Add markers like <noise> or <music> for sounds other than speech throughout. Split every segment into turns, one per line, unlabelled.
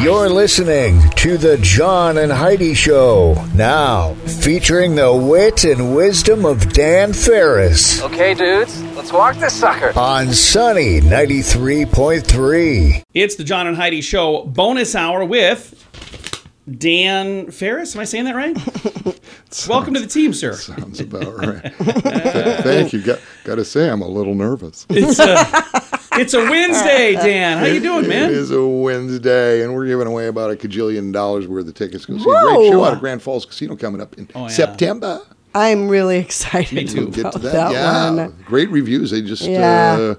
You're listening to the John and Heidi Show now, featuring the wit and wisdom of Dan Ferris
Okay, dudes, let's walk this sucker.
on Sunny 93.3.
It's the John and Heidi Show bonus hour with Dan Ferris. Am I saying that
<laughs>
right? Welcome to the team, sir.
Sounds about
<laughs>
right. Th- Thank you. Got, got to say, I'm a little nervous.
It's
<laughs>
a, it's a Wednesday, Dan. How you doing,
It
man?
is a Wednesday, and we're giving away about a cajillion dollars worth of tickets. Go see a great show out of Grand Falls Casino coming up in
Oh, yeah.
September.
I'm really <laughs> excited
Me too.
We'll get
about
to
that,
that. yeah,
one.
great reviews. They just,
Yeah.
uh,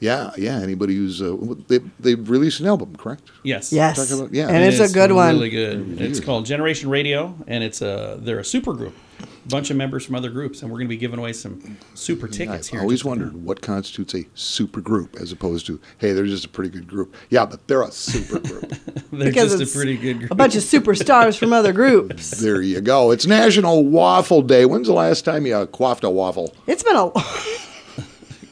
yeah, yeah. Anybody who's uh, they they released an album, correct?
Yes.
Yes,
Talk about- yeah.
and
It
it's
is
a good one.
Really good. It's called Generation Radio, and it's a they're a super group, bunch of members from other groups, and we're going to be giving away some super tickets
I've
here. in
always
just a minute.
wondered what constitutes a super group as opposed to, hey, they're just a pretty good group. Yeah, but they're a
<laughs>
super group.
They're
because
just
it's
a pretty good group.
A bunch of superstars from other
<laughs>
groups.
there you go. It's National Waffle Day. When's the last time you uh, quaffed a waffle?
It's been a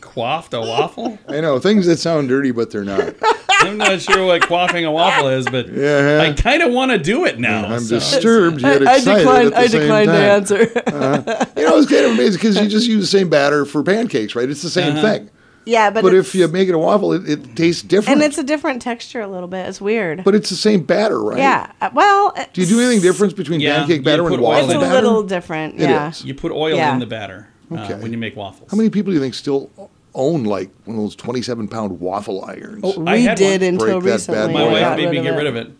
quaffed a waffle.
I know things that sound dirty, but
<laughs>
they're not.
I'm not sure what quaffing a waffle is, but
<laughs> Yeah.
I kind of want to do it now.
I'm
so-
disturbed
I,
yet
<laughs> I
excited at
declined.
the
I
same
declined to
time.
answer. <laughs>
You know, it's kind of amazing because you just use the same batter for pancakes, right? It's the same
Uh-huh.
thing.
yeah,
But,
but
if
it's-
you make it a waffle, it, it tastes different.
and it's a different texture a little bit. It's weird.
but it's the same batter, right?
yeah. uh, Well,
Do you do anything different between
Yeah,
pancake
you
batter
put
and
oil
waffle
It's a
in it.
batter?
little different.
It
yeah.
is.
You put oil
Yeah.
in the batter uh,
Okay.
when you make waffles.
How many people do you think still own like one of those twenty-seven pound waffle irons?
Oh, I
We
had
did
one.
until
Break that bad
recently.
boy
My
Yeah,
We
I
wife
got
made me get rid of it.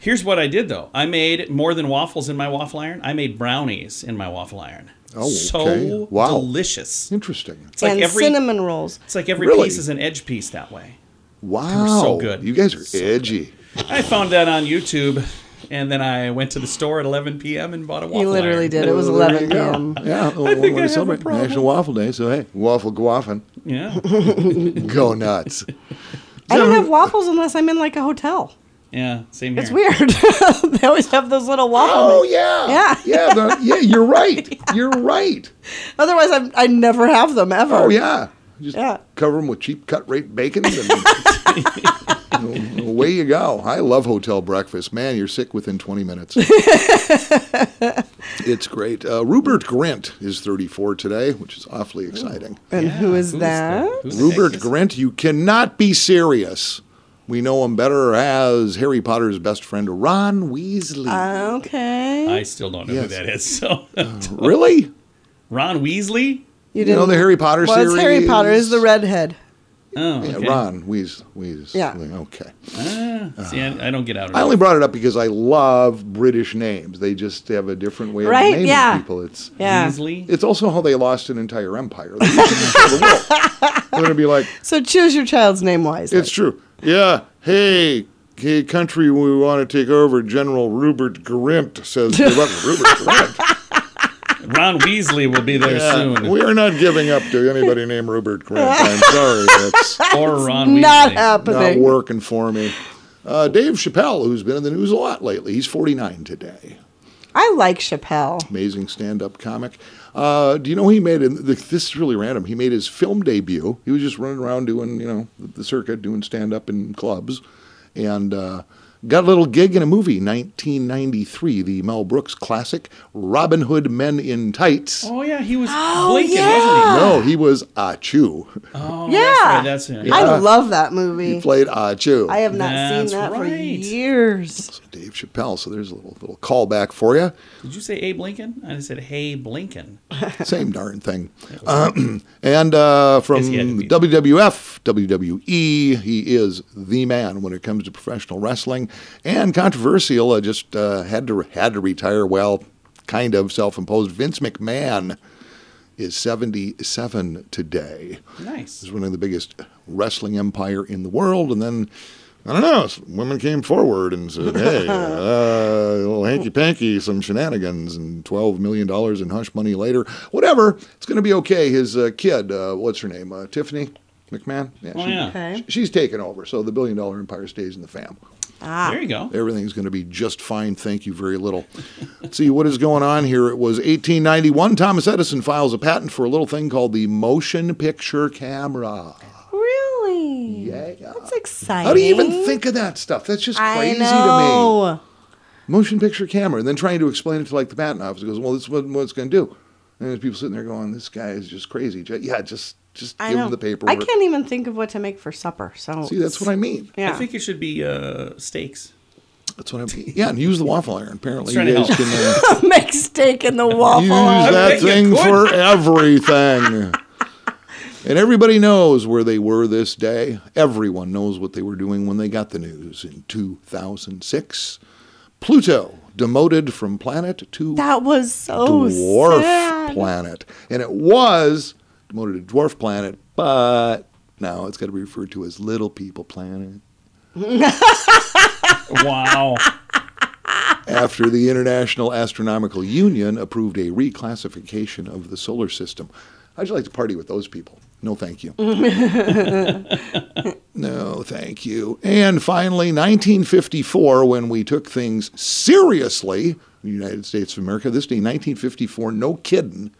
Here's what I did though. I made more than waffles in my waffle iron. I made brownies in my waffel iron.
Oh,
so
okay. Wow.
delicious.
Interesting.
It's like
and
every
cinnamon rolls.
it's like every
Really?
piece is an edge piece that way.
Wow,
so good.
You guys are
So
edgy.
I found that on YouTube and then I went to the store at 11 p.m. and bought a waffle
You literally
iron.
did. It was
Well, there
11
you go.
p.m.
Yeah,
think
well,
I
way
have
to
a
celebrate
problem.
National Waffle Day. So hey, waffle guaffin,
<laughs>
Yeah.
go <laughs> nuts.
I don't have waffles unless I'm in like a hotel.
Yeah, same here.
It's weird. <laughs> they always have those little waffle.
Oh
things.
yeah,
Yeah.
yeah, the- yeah. You're
<laughs>
right. You're right.
Otherwise, I'm, I never have them ever.
Oh yeah, just
Yeah.
cover them with cheap cut rate bacon, and <laughs> and away you go. I love hotel breakfast. Man, you're sick within 20
<laughs>
minutes. it's great. Uh, Rupert Grint is 34 today, which is awfully exciting.
And who is
Who's
that?
the- who's the
Rupert
heck is-
Grint, you cannot be serious. We know him better as Harry Potter's best friend, Ron Weasley.
Uh, Okay.
I still don't know who
Yes. Uh,
that is. So
really?
<laughs> Ron Weasley?
you
You
didn't.
know the Harry Potter
well,
series?
it's Harry Potter. Is the redhead?
Oh,
Yeah,
okay. Ah,
Ron Weas- Weasley.
Yeah.
Okay.
See, I, I don't get out of
I
it.
only brought it up because I love British names. They just have a different way
Right?
of naming
Yeah.
people. It's
Yeah.
Weasley?
it's also how they lost an entire empire. They used to control the
<laughs>
world. They're going to be like,
So choose your child's name wisely.
It's true. Yeah. Hey, hey, country, we want to take over. General Rupert Grint says, "Give up Rupert Grint.
Ron Weasley will be there soon.
We are not giving up to anybody named Rupert Grint. I'm sorry, that's
or Ron Weasley.
not
Not happening.
working for me." Uh, Dave Chappelle, who's been in the news a lot lately, he's 49 today.
I like Chappelle.
Amazing stand-up comic. Uh, do you know he made? And this is really random. He made his film debut. He was just running around doing, you know, the circuit, doing stand-up in clubs, and uh, got a little gig in a movie, 1993, the Mel Brooks classic, Robin Hood Men in Tights.
Oh yeah, he was blinking, wasn't he?
No, he was Ah Achu.
Oh,
yeah.
that's right. That's him.
I love that
He
movie.
played Ah Achu.
I have not
That's
seen that for
right.
years.
Dave Chappelle. So there's a little little callback for you.
Did you say Abe Lincoln? I said Hey Blinken.
Same darn thing. Um, <clears throat> and uh, from
Yes, he had to be.
WWF, WWE, E, he is the man when it comes to professional wrestling. And controversial, uh, just uh, had to had to retire. Well, kind of self-imposed. Vince McMahon is 77 today.
Nice.
He's running the biggest wrestling empire in the world, and then I don't know. s- Women came forward and said, "Hey, uh, little hanky panky, some shenanigans, and twelve million dollars in hush money later. Whatever, it's going to be okay." His uh, kid, uh, what's her name, uh, Tiffany McMahon. Yeah,
Oh, yeah.
Okay.
she's taken over, so the billion dollar empire stays in the fam.
There you go.
Everything's going to be just fine. Thank you very little. <laughs> Let's see what is going on here. It was 1891. Thomas Edison files a patent for a little thing called the motion picture camera.
Really?
Yeah.
That's exciting.
How do you even think of that stuff? That's just
I
crazy to me.
know.
Motion picture camera. And then trying to explain it to like the patent office. It goes, well, this is what, what it's going to do. And there's people sitting there going, this guy is just crazy. Ju- Yeah, just just
I
give
know.
him the paperwork.
I can't even think of what to make for supper. So
See, that's what I mean.
Yeah.
I think it should be uh, steaks.
That's what I mean. Yeah, and use the waffle iron. Apparently,
It's trying
you
to
guys
help.
can uh,
<laughs> make steak in the waffle.
Use
iron.
that
bet you
thing
could.
<laughs>
for everything. and everybody knows where they were this day. Everyone knows what they were doing when they got the news in 2006. Pluto demoted from planet to
That was so
dwarf
sad.
planet. And it was demoted to dwarf planet, but now it's got to be referred to as little people planet.
Wow.
after the International Astronomical Union approved a reclassification of the solar system. How'd you like to party with those people? No, thank you. no, thank you. And finally, 1954, when we took things seriously, the United States of America, this day, 1954, no kidding,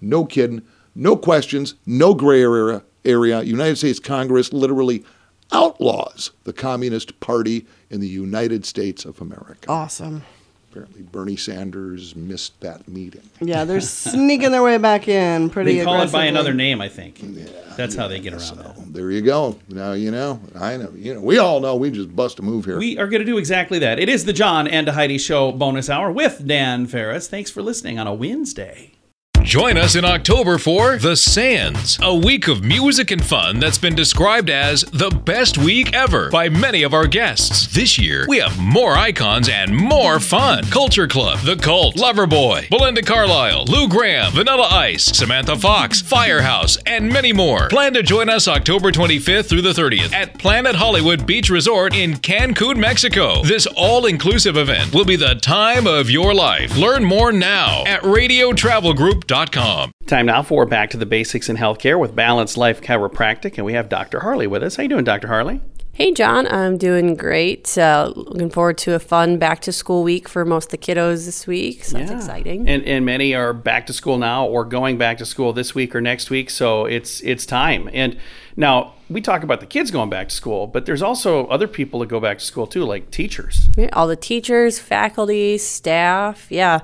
no kidding, no questions, no gray area, area. United States Congress literally outlaws the Communist Party in the United States of America.
Awesome.
Apparently, Bernie Sanders missed that meeting.
Yeah, they're sneaking their way back in <laughs> pretty
They call it by
aggressively.
another name, I think. That's how they get around that.
There you go. Now you know. I know. You know. We all know. We just bust a move here.
We are going to do exactly that. It is the John and Heidi Show bonus hour with Dan Ferris. Thanks for listening on a Wednesday.
Join us in October for The Sands, a week of music and fun that's been described as the best week ever by many of our guests. This year, we have more icons and more fun. Culture Club, The Cult, Loverboy, Belinda Carlisle, Lou Graham, Vanilla Ice, Samantha Fox, Firehouse, and many more. Plan to join us October 25th through the 30th at Planet Hollywood Beach Resort in Cancun, Mexico. This all inclusive event will be the time of your life. Learn more now at radiotravelgroup.com.
Time now for Back to the Basics in Healthcare with Balanced Life Chiropractic, and we have Dr. Harley with us. How you doing, Dr. Harley?
Hey, John, I'm doing great. Uh, looking forward to a fun back to school week for most of the kiddos this week. So that's exciting.
And and many are back to school now or going back to school this week or next week, so it's it's time. And now we talk about the kids going back to school, but there's also other people that go back to school too, like teachers.
Yeah, all the teachers, faculty, staff. Yeah,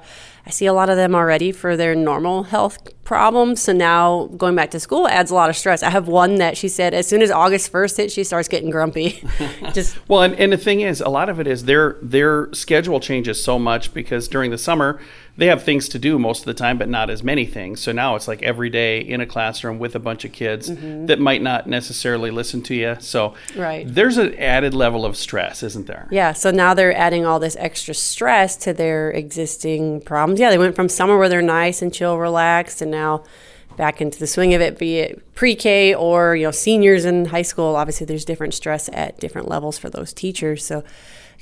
I see a lot of them already for their normal health problems. So now going back to school adds a lot of stress. I have one that she said as soon as August 1st hit, she starts getting grumpy. <laughs> Just
Well, and, and the thing is, a lot of it is their their schedule changes so much because during the summer they have things to do most of the time, but not as many things. So now it's like every day in a classroom with a bunch of kids that might not necessarily listen to you. So
Mm-hmm. Right.
there's an added level of stress, isn't there?
Yeah, so now they're adding all this extra stress to their existing problems. Yeah, they went from summer where they're nice and chill, relaxed, and now back into the swing of it, be it pre-K or, you know, seniors in high school. Obviously, there's different stress at different levels for those teachers. So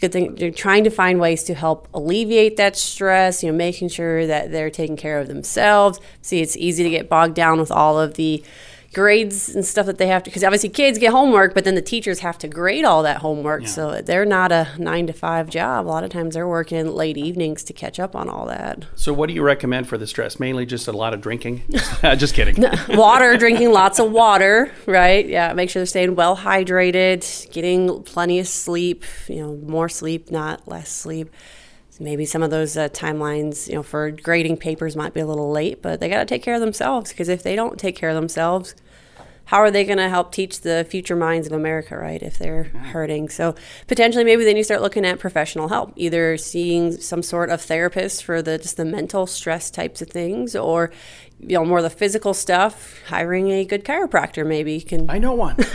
good thing they're trying to find ways to help alleviate that stress, you know, making sure that they're taking care of themselves. See, it's easy to get bogged down with all of the grades and stuff that they have to because obviously kids get homework but then the teachers have to grade all that homework so they're not a nine to five job a lot of times they're working late evenings to catch up on all that
So what do you recommend for the stress? Mainly just a lot of drinking. <laughs> just kidding.
water drinking lots of water right yeah make sure they're staying well hydrated getting plenty of sleep you know more sleep not less sleep maybe some of those uh, timelines you know for grading papers might be a little late but they got to take care of themselves because if they don't take care of themselves how are they going to help teach the future minds of America, right? If they're hurting. So potentially, maybe then you start looking at professional help, either seeing some sort of therapist for the just the mental stress types of things, or you know more of the physical stuff. Hiring a good chiropractor maybe can.
I know one.
<laughs>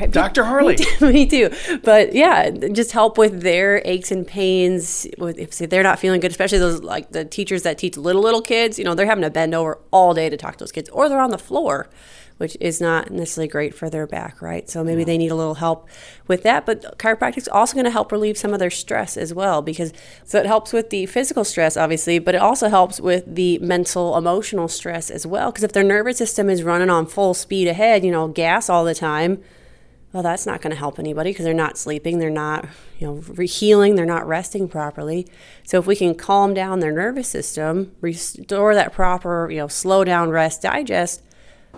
Right?
Dr. Harley.
<laughs> Me too. But yeah, just help with their aches and pains. With if say they're not feeling good, especially those like the teachers that teach little little kids, you know, they're having to bend over all day to talk to those kids, or they're on the floor, which is not necessarily great for their back, right? So maybe they need a little help with that. But chiropractic is also going to help relieve some of their stress as well, because so it helps with the physical stress, obviously, but it also helps with the mental, emotional stress as well. Because if their nervous system is running on full speed ahead, you know, gas all the time, well, that's not going to help anybody because they're not sleeping, they're not, you know, re- healing, they're not resting properly. So if we can calm down their nervous system, restore that proper, you know, slow down, rest, digest,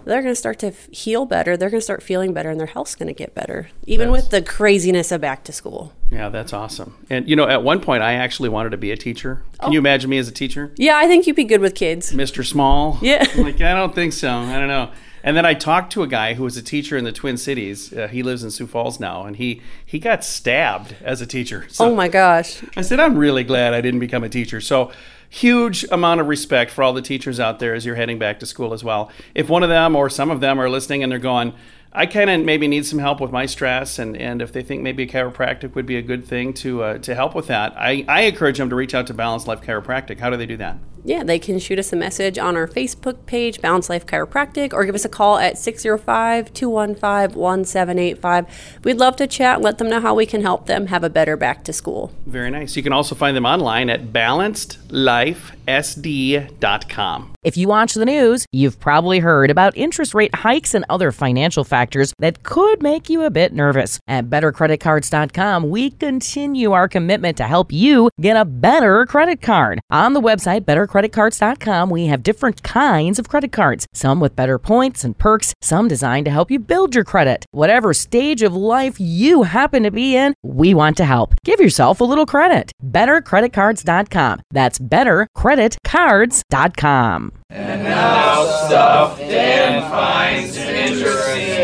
they're going to start to f- heal better. They're going to start feeling better, and their health's going to get better, even with the craziness of back to school.
Yeah, that's awesome. And you know, at one point, I actually wanted to be a teacher. Can
Oh.
you imagine me as a teacher,
Yeah, I think you'd be good with kids.
Mr. Small?
Yeah.
I'm like I don't think so. I don't know. And then I talked to a guy who was a teacher in the Twin Cities. Uh, he lives in Sioux Falls now, and he he got stabbed as a teacher. So
Oh my gosh.
I said, I'm really glad I didn't become a teacher. So, huge amount of respect for all the teachers out there as you're heading back to school as well. If one of them or some of them are listening and they're going, I kind of maybe need some help with my stress, and, and if they think maybe a chiropractic would be a good thing to uh, to help with that, I, I encourage them to reach out to Balanced Life Chiropractic. How do they do that?
Yeah, they can shoot us a message on our Facebook page, Balance Life Chiropractic, or give us a call at 605 215 1785. We'd love to chat, let them know how we can help them have a better back to school.
Very nice. You can also find them online at balancedlifesd.com.
If you watch the news, you've probably heard about interest rate hikes and other financial factors that could make you a bit nervous. At bettercreditcards.com, we continue our commitment to help you get a better credit card. On the website bettercreditcards.com, we have different kinds of credit cards, some with better points and perks, some designed to help you build your credit. Whatever stage of life you happen to be in, we want to help. Give yourself a little credit. bettercreditcards.com. That's bettercreditcards.com.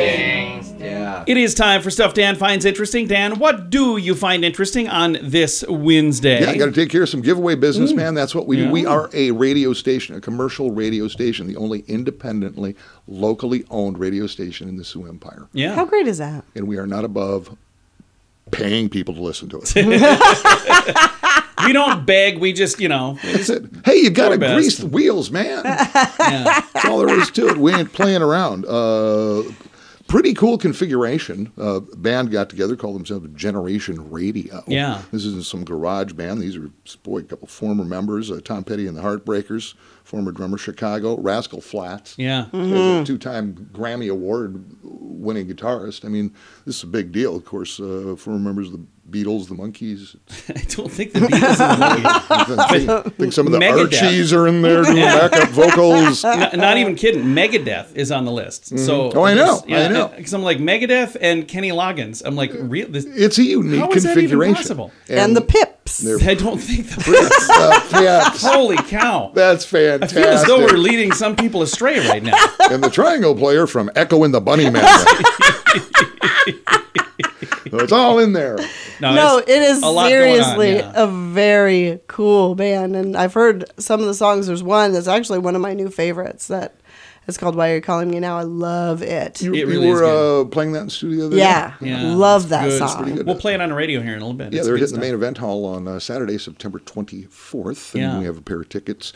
It is time for stuff Dan finds interesting. Dan, what do you find interesting on this Wednesday?
Yeah, I got to take care of some giveaway business, man. That's what we do. We are a radio station, a commercial radio station, the only independently, locally owned radio station in the Sioux Empire.
Yeah.
How great is that?
And we are not above paying people to listen to us.
we don't beg. We just, you know,
That's it. Hey, you got to
best.
grease the wheels, man. That's all there is to it. We ain't playing around. Uh, pretty cool configuration. Uh, band got together, called themselves Generation Radio.
Yeah.
This isn't some garage band. These are, boy, a couple former members uh, Tom Petty and the Heartbreakers, former drummer Chicago, Rascal Flats.
yeah. <laughs>
As a two-time Grammy Award-winning guitarist. I mean, this is a big deal. Of course, uh, former members of the Beatles, the Monkees,
I don't think the Beatles are looking. <laughs>
think, think some of the
Megadeth.
Archies are in there doing
<laughs>
backup vocals.
Not, not even kidding. Megadeth is on the list. So
Oh, I know, I know.
Because I'm like Megadeth and Kenny Loggins. I'm like, real. This,
It's a unique
How is that even
configuration.
possible?
And, the pips.
I don't think the.
uh,
<laughs>
yeah,
<laughs> holy cow!
<laughs> that's
I
fantastic.
feel as though we're leading some people astray right now.
and the triangle player from Echo and the Bunny
<laughs>
Man. <laughs> So it's all in there.
No,
Oh, it's
it is
a lot going on,
seriously
yeah.
a very cool band, and I've heard some of the songs. There's one that's actually one of my new favorites that is called "Why Are You Calling Me Now." I love it.
You,
It
you
really is
were uh, playing that in the studio the other
yeah,
day?
Yeah,
love
it's
that
good. It's
song.
pretty good.
We'll play it on the radio here in a little bit.
Yeah,
It's
they're
good
hitting
stuff.
the main event hall on uh, Saturday, September 24th. And
Yeah.
we have a pair of tickets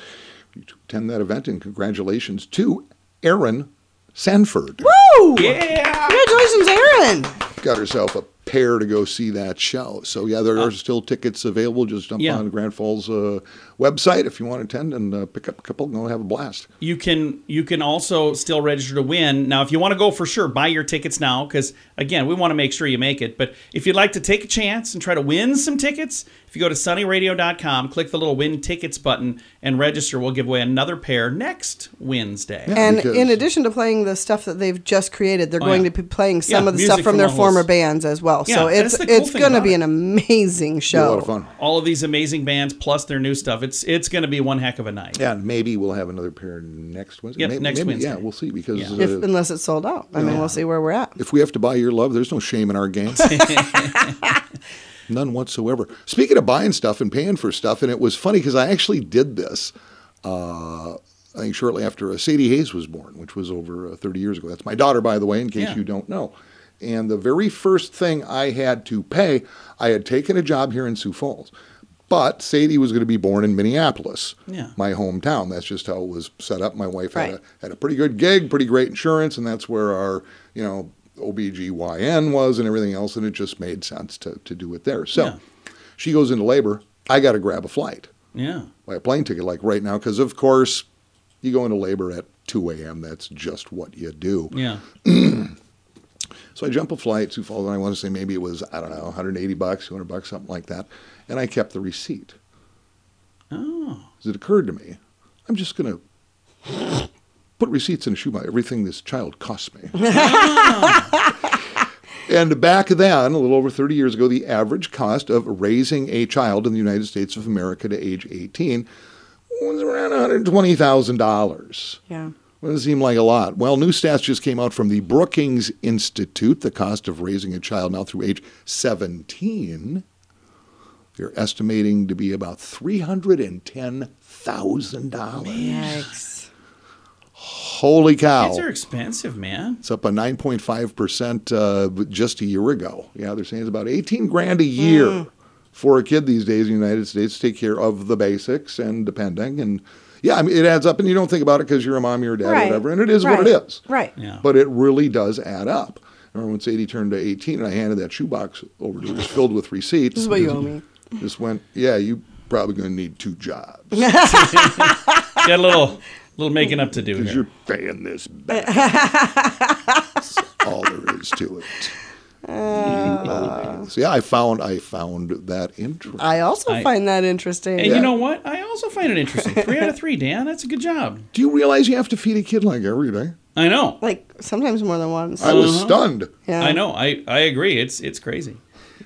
to attend that event. And congratulations to Erin Sanford.
Woo! Congratulations, Aaron.
got herself a pair to go see that show. So yeah, there are still tickets available. Just jump
Uh, Yeah.
on the Grand Falls uh, website if you want to attend and uh, pick up a couple and go have a blast.
you can you can also still register to win now if you want to go for sure buy your tickets now because again we want to make sure you make it but if you'd like to take a chance and try to win some tickets if you go to sunnyradio.com click the little win tickets button and register we'll give away another pair next wednesday
And
Because-
in addition to playing the stuff that they've just created, they're going
Oh, yeah.
to be playing some
Yeah,
of the
music
stuff from
from
their
all
former
those-
bands as well.
Yeah,
so
that's
it's
the cool
it's
thing
going to
about
be
it.
an amazing
Be a
show.
lot of fun.
all of these amazing bands plus their new stuff it's it's going to be one heck of a night
Yeah, and maybe we'll have another pair next Wednesday.
Yep,
maybe,
next
maybe,
Wednesday.
Yeah, we'll see because
Yeah.
uh,
If,
if,
unless it's sold out, I mean, we'll see where we're at.
we have to buy your love, there's no shame in our
<laughs>
game. None whatsoever. Speaking of buying stuff and paying for stuff, and it was funny because I actually did this. Uh, I think shortly after uh, Sadie Hayes was born, which was over uh, 30 years ago. That's my daughter, by the way, in case
Yeah.
you don't know. And the very first thing I had to pay, I had taken a job here in Sioux Falls, But Sadie was going to be born in Minneapolis,
Yeah.
my hometown. That's just how it was set up. My wife had,
Right.
a, had a pretty good gig, pretty great insurance, and that's where our, you know, OBGYN was and everything else, and it just made sense to, to do it there. So
Yeah.
she goes into labor. I got to grab a flight,
Yeah.
buy a plane ticket, like right now, because of course, you go into labor at 2 a.m. That's just what you do.
Yeah.
So I jump a flight, Sioux Falls, and I want to say maybe it was, I don't know, 180 bucks, 200 bucks, something like that. And I kept the receipt.
Oh.
'Cause It occurred to me, I'm just going to put receipts in a shoebox, everything this child cost me. and back then, a little over 30 years ago, the average cost of raising a child in the United States of America to age 18 was around $120,000.
Yeah.
Doesn't seem like a lot. Well, new stats just came out from the Brookings Institute. The cost of raising a child now through age 17, they're estimating to be about $310,000.
Yikes.
Holy cow.
Kids are expensive, man.
It's up a 9.5% uh, just a year ago. Yeah, they're saying it's about 18 grand a year for a kid these days in the United States to take care of the basics and depending. And yeah, I mean, it adds up, and you don't think about it because you're a mom, you're a dad, or
Right.
whatever, and it is what
Right.
it is.
Right.
Yeah.
But it really does add up. I remember when Sadie turned to 18 and I handed that shoebox over to her, it was filled with receipts.
This is what you owe me.
Just went, yeah, you probably going to need two jobs
Got a little little making up to do
because
here.
you're paying this
<laughs>
back. That's all there is to it.
Uh.
So yeah, I found I found that Uh, intro.
I also
I-
find that interesting.
And you know what? I also find it interesting. Three out of three, Dan. That's a good job.
Do you realize you have to feed a kid like every day?
I know.
like sometimes more than once.
I
Uh-huh.
was stunned.
yeah.
I know. I, I agree. It's it's crazy.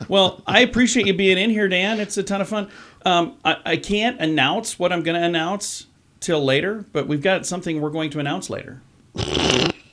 Well, I appreciate you being in here, Dan. It's a ton of fun. Um, I, I can't announce what I'm going to announce till later, but we've got something we're going to announce later.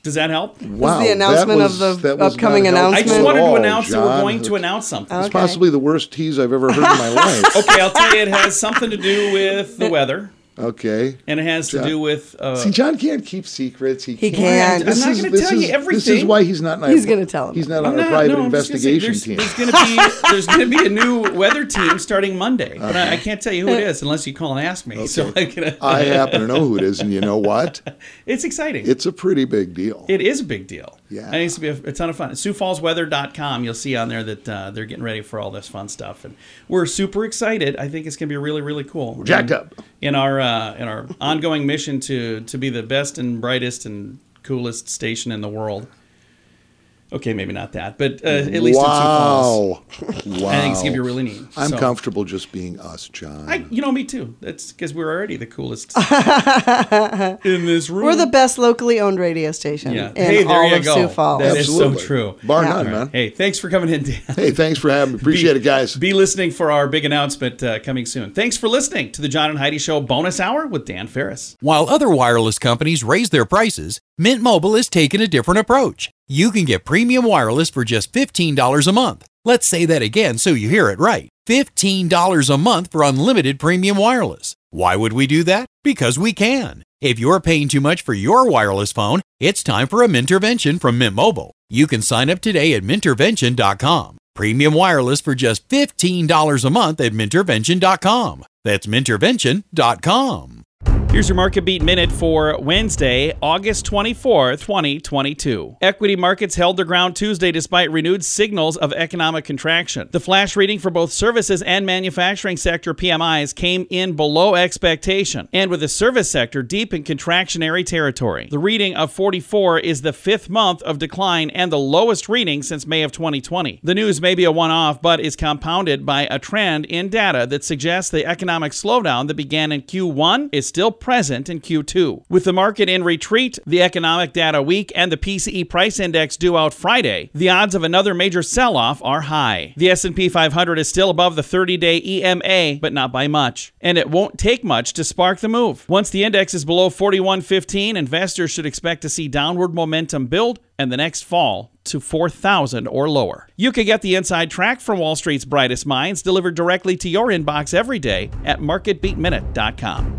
Does that help?
Wow,
the
that
announcement of
was-
the
that was
upcoming
not helpful
I just
Announcement?
wanted
at
to
all,
announce that we're
Oh, John.
going to
It's-
announce something.
It's possibly the worst tease I've ever heard
<laughs>
in my life.
Okay, I'll tell you, it has something to do with the weather,
Okay.
and it has to do with. Uh,
See, John can't keep secrets. He,
He
can't.
can't.
I'm not
is-
gonna
this
tell you
is- This is
everything.
why he's not. in our-
He's gonna tell him.
He's not
I'm
on a
not-
private
no, I'm just gonna say,
investigation team.
there's, There's gonna
<laughs>
be there's gonna be a new weather team starting Monday, but I, I can't tell you who it is unless you call and ask me. So I can, uh,
I
<laughs>
happen to know who it is, and you know what?
it's exciting.
It's a pretty big deal.
It is a big deal.
Yeah.
And it needs to be a, a ton of fun. At SiouxFallsWeather.com, you'll see on there that uh, they're getting ready for all this fun stuff, and we're super excited. I think it's going to be really, really cool. We're
jacked up.
in our uh, in our ongoing mission to to be the best and brightest and coolest station in the world. Okay, maybe not that, but uh, at least in Sioux Falls, <laughs>
wow. wow.
I think it's going to be really neat.
I'm
So-
comfortable just being us, John.
I, you know me too. That's because we're already the
<laughs>
coolest in this room.
We're the best locally owned radio station
Yeah.
in
Hey, there
all
you
of
go.
Sioux Falls.
That is so
Absolutely.
true.
Bar
Yeah.
none,
All right.
man.
Hey, thanks for coming in, <laughs> Dan.
Hey, thanks for having me. Appreciate it, guys.
Be listening for our big announcement uh, coming soon. Thanks for listening to the John and Heidi Show bonus hour with Dan Ferris.
While other wireless companies raise their prices, Mint Mobile has taken a different approach. You can get premium wireless for just $15 a month. Let's say that again so you hear it right. $15 a month for unlimited premium wireless. Why would we do that? Because we can. If you're paying too much for your wireless phone, it's time for a Mintervention from Mint Mobile. You can sign up today at mintervention.com. Premium wireless for just $15 a month at mintervention.com. That's mintervention.com.
Here's your market beat minute for Wednesday, August 24, 2022. Equity markets held their ground Tuesday despite renewed signals of economic contraction. The flash reading for both services and manufacturing sector PMIs came in below expectation, and with the service sector deep in contractionary territory. The reading of 44 is the fifth month of decline and the lowest reading since May of 2020. The news may be a one off, but is compounded by a trend in data that suggests the economic slowdown that began in Q1 is still present in Q2. With the market in retreat, the economic data weak, and the PCE price index due out Friday, the odds of another major sell-off are high. The S&P 500 is still above the 30-day EMA, but not by much, and it won't take much to spark the move. Once the index is below 4115, investors should expect to see downward momentum build and the next fall to 4,000 or lower. You can get the inside track from Wall Street's brightest minds delivered directly to your inbox every day at marketbeatminute.com.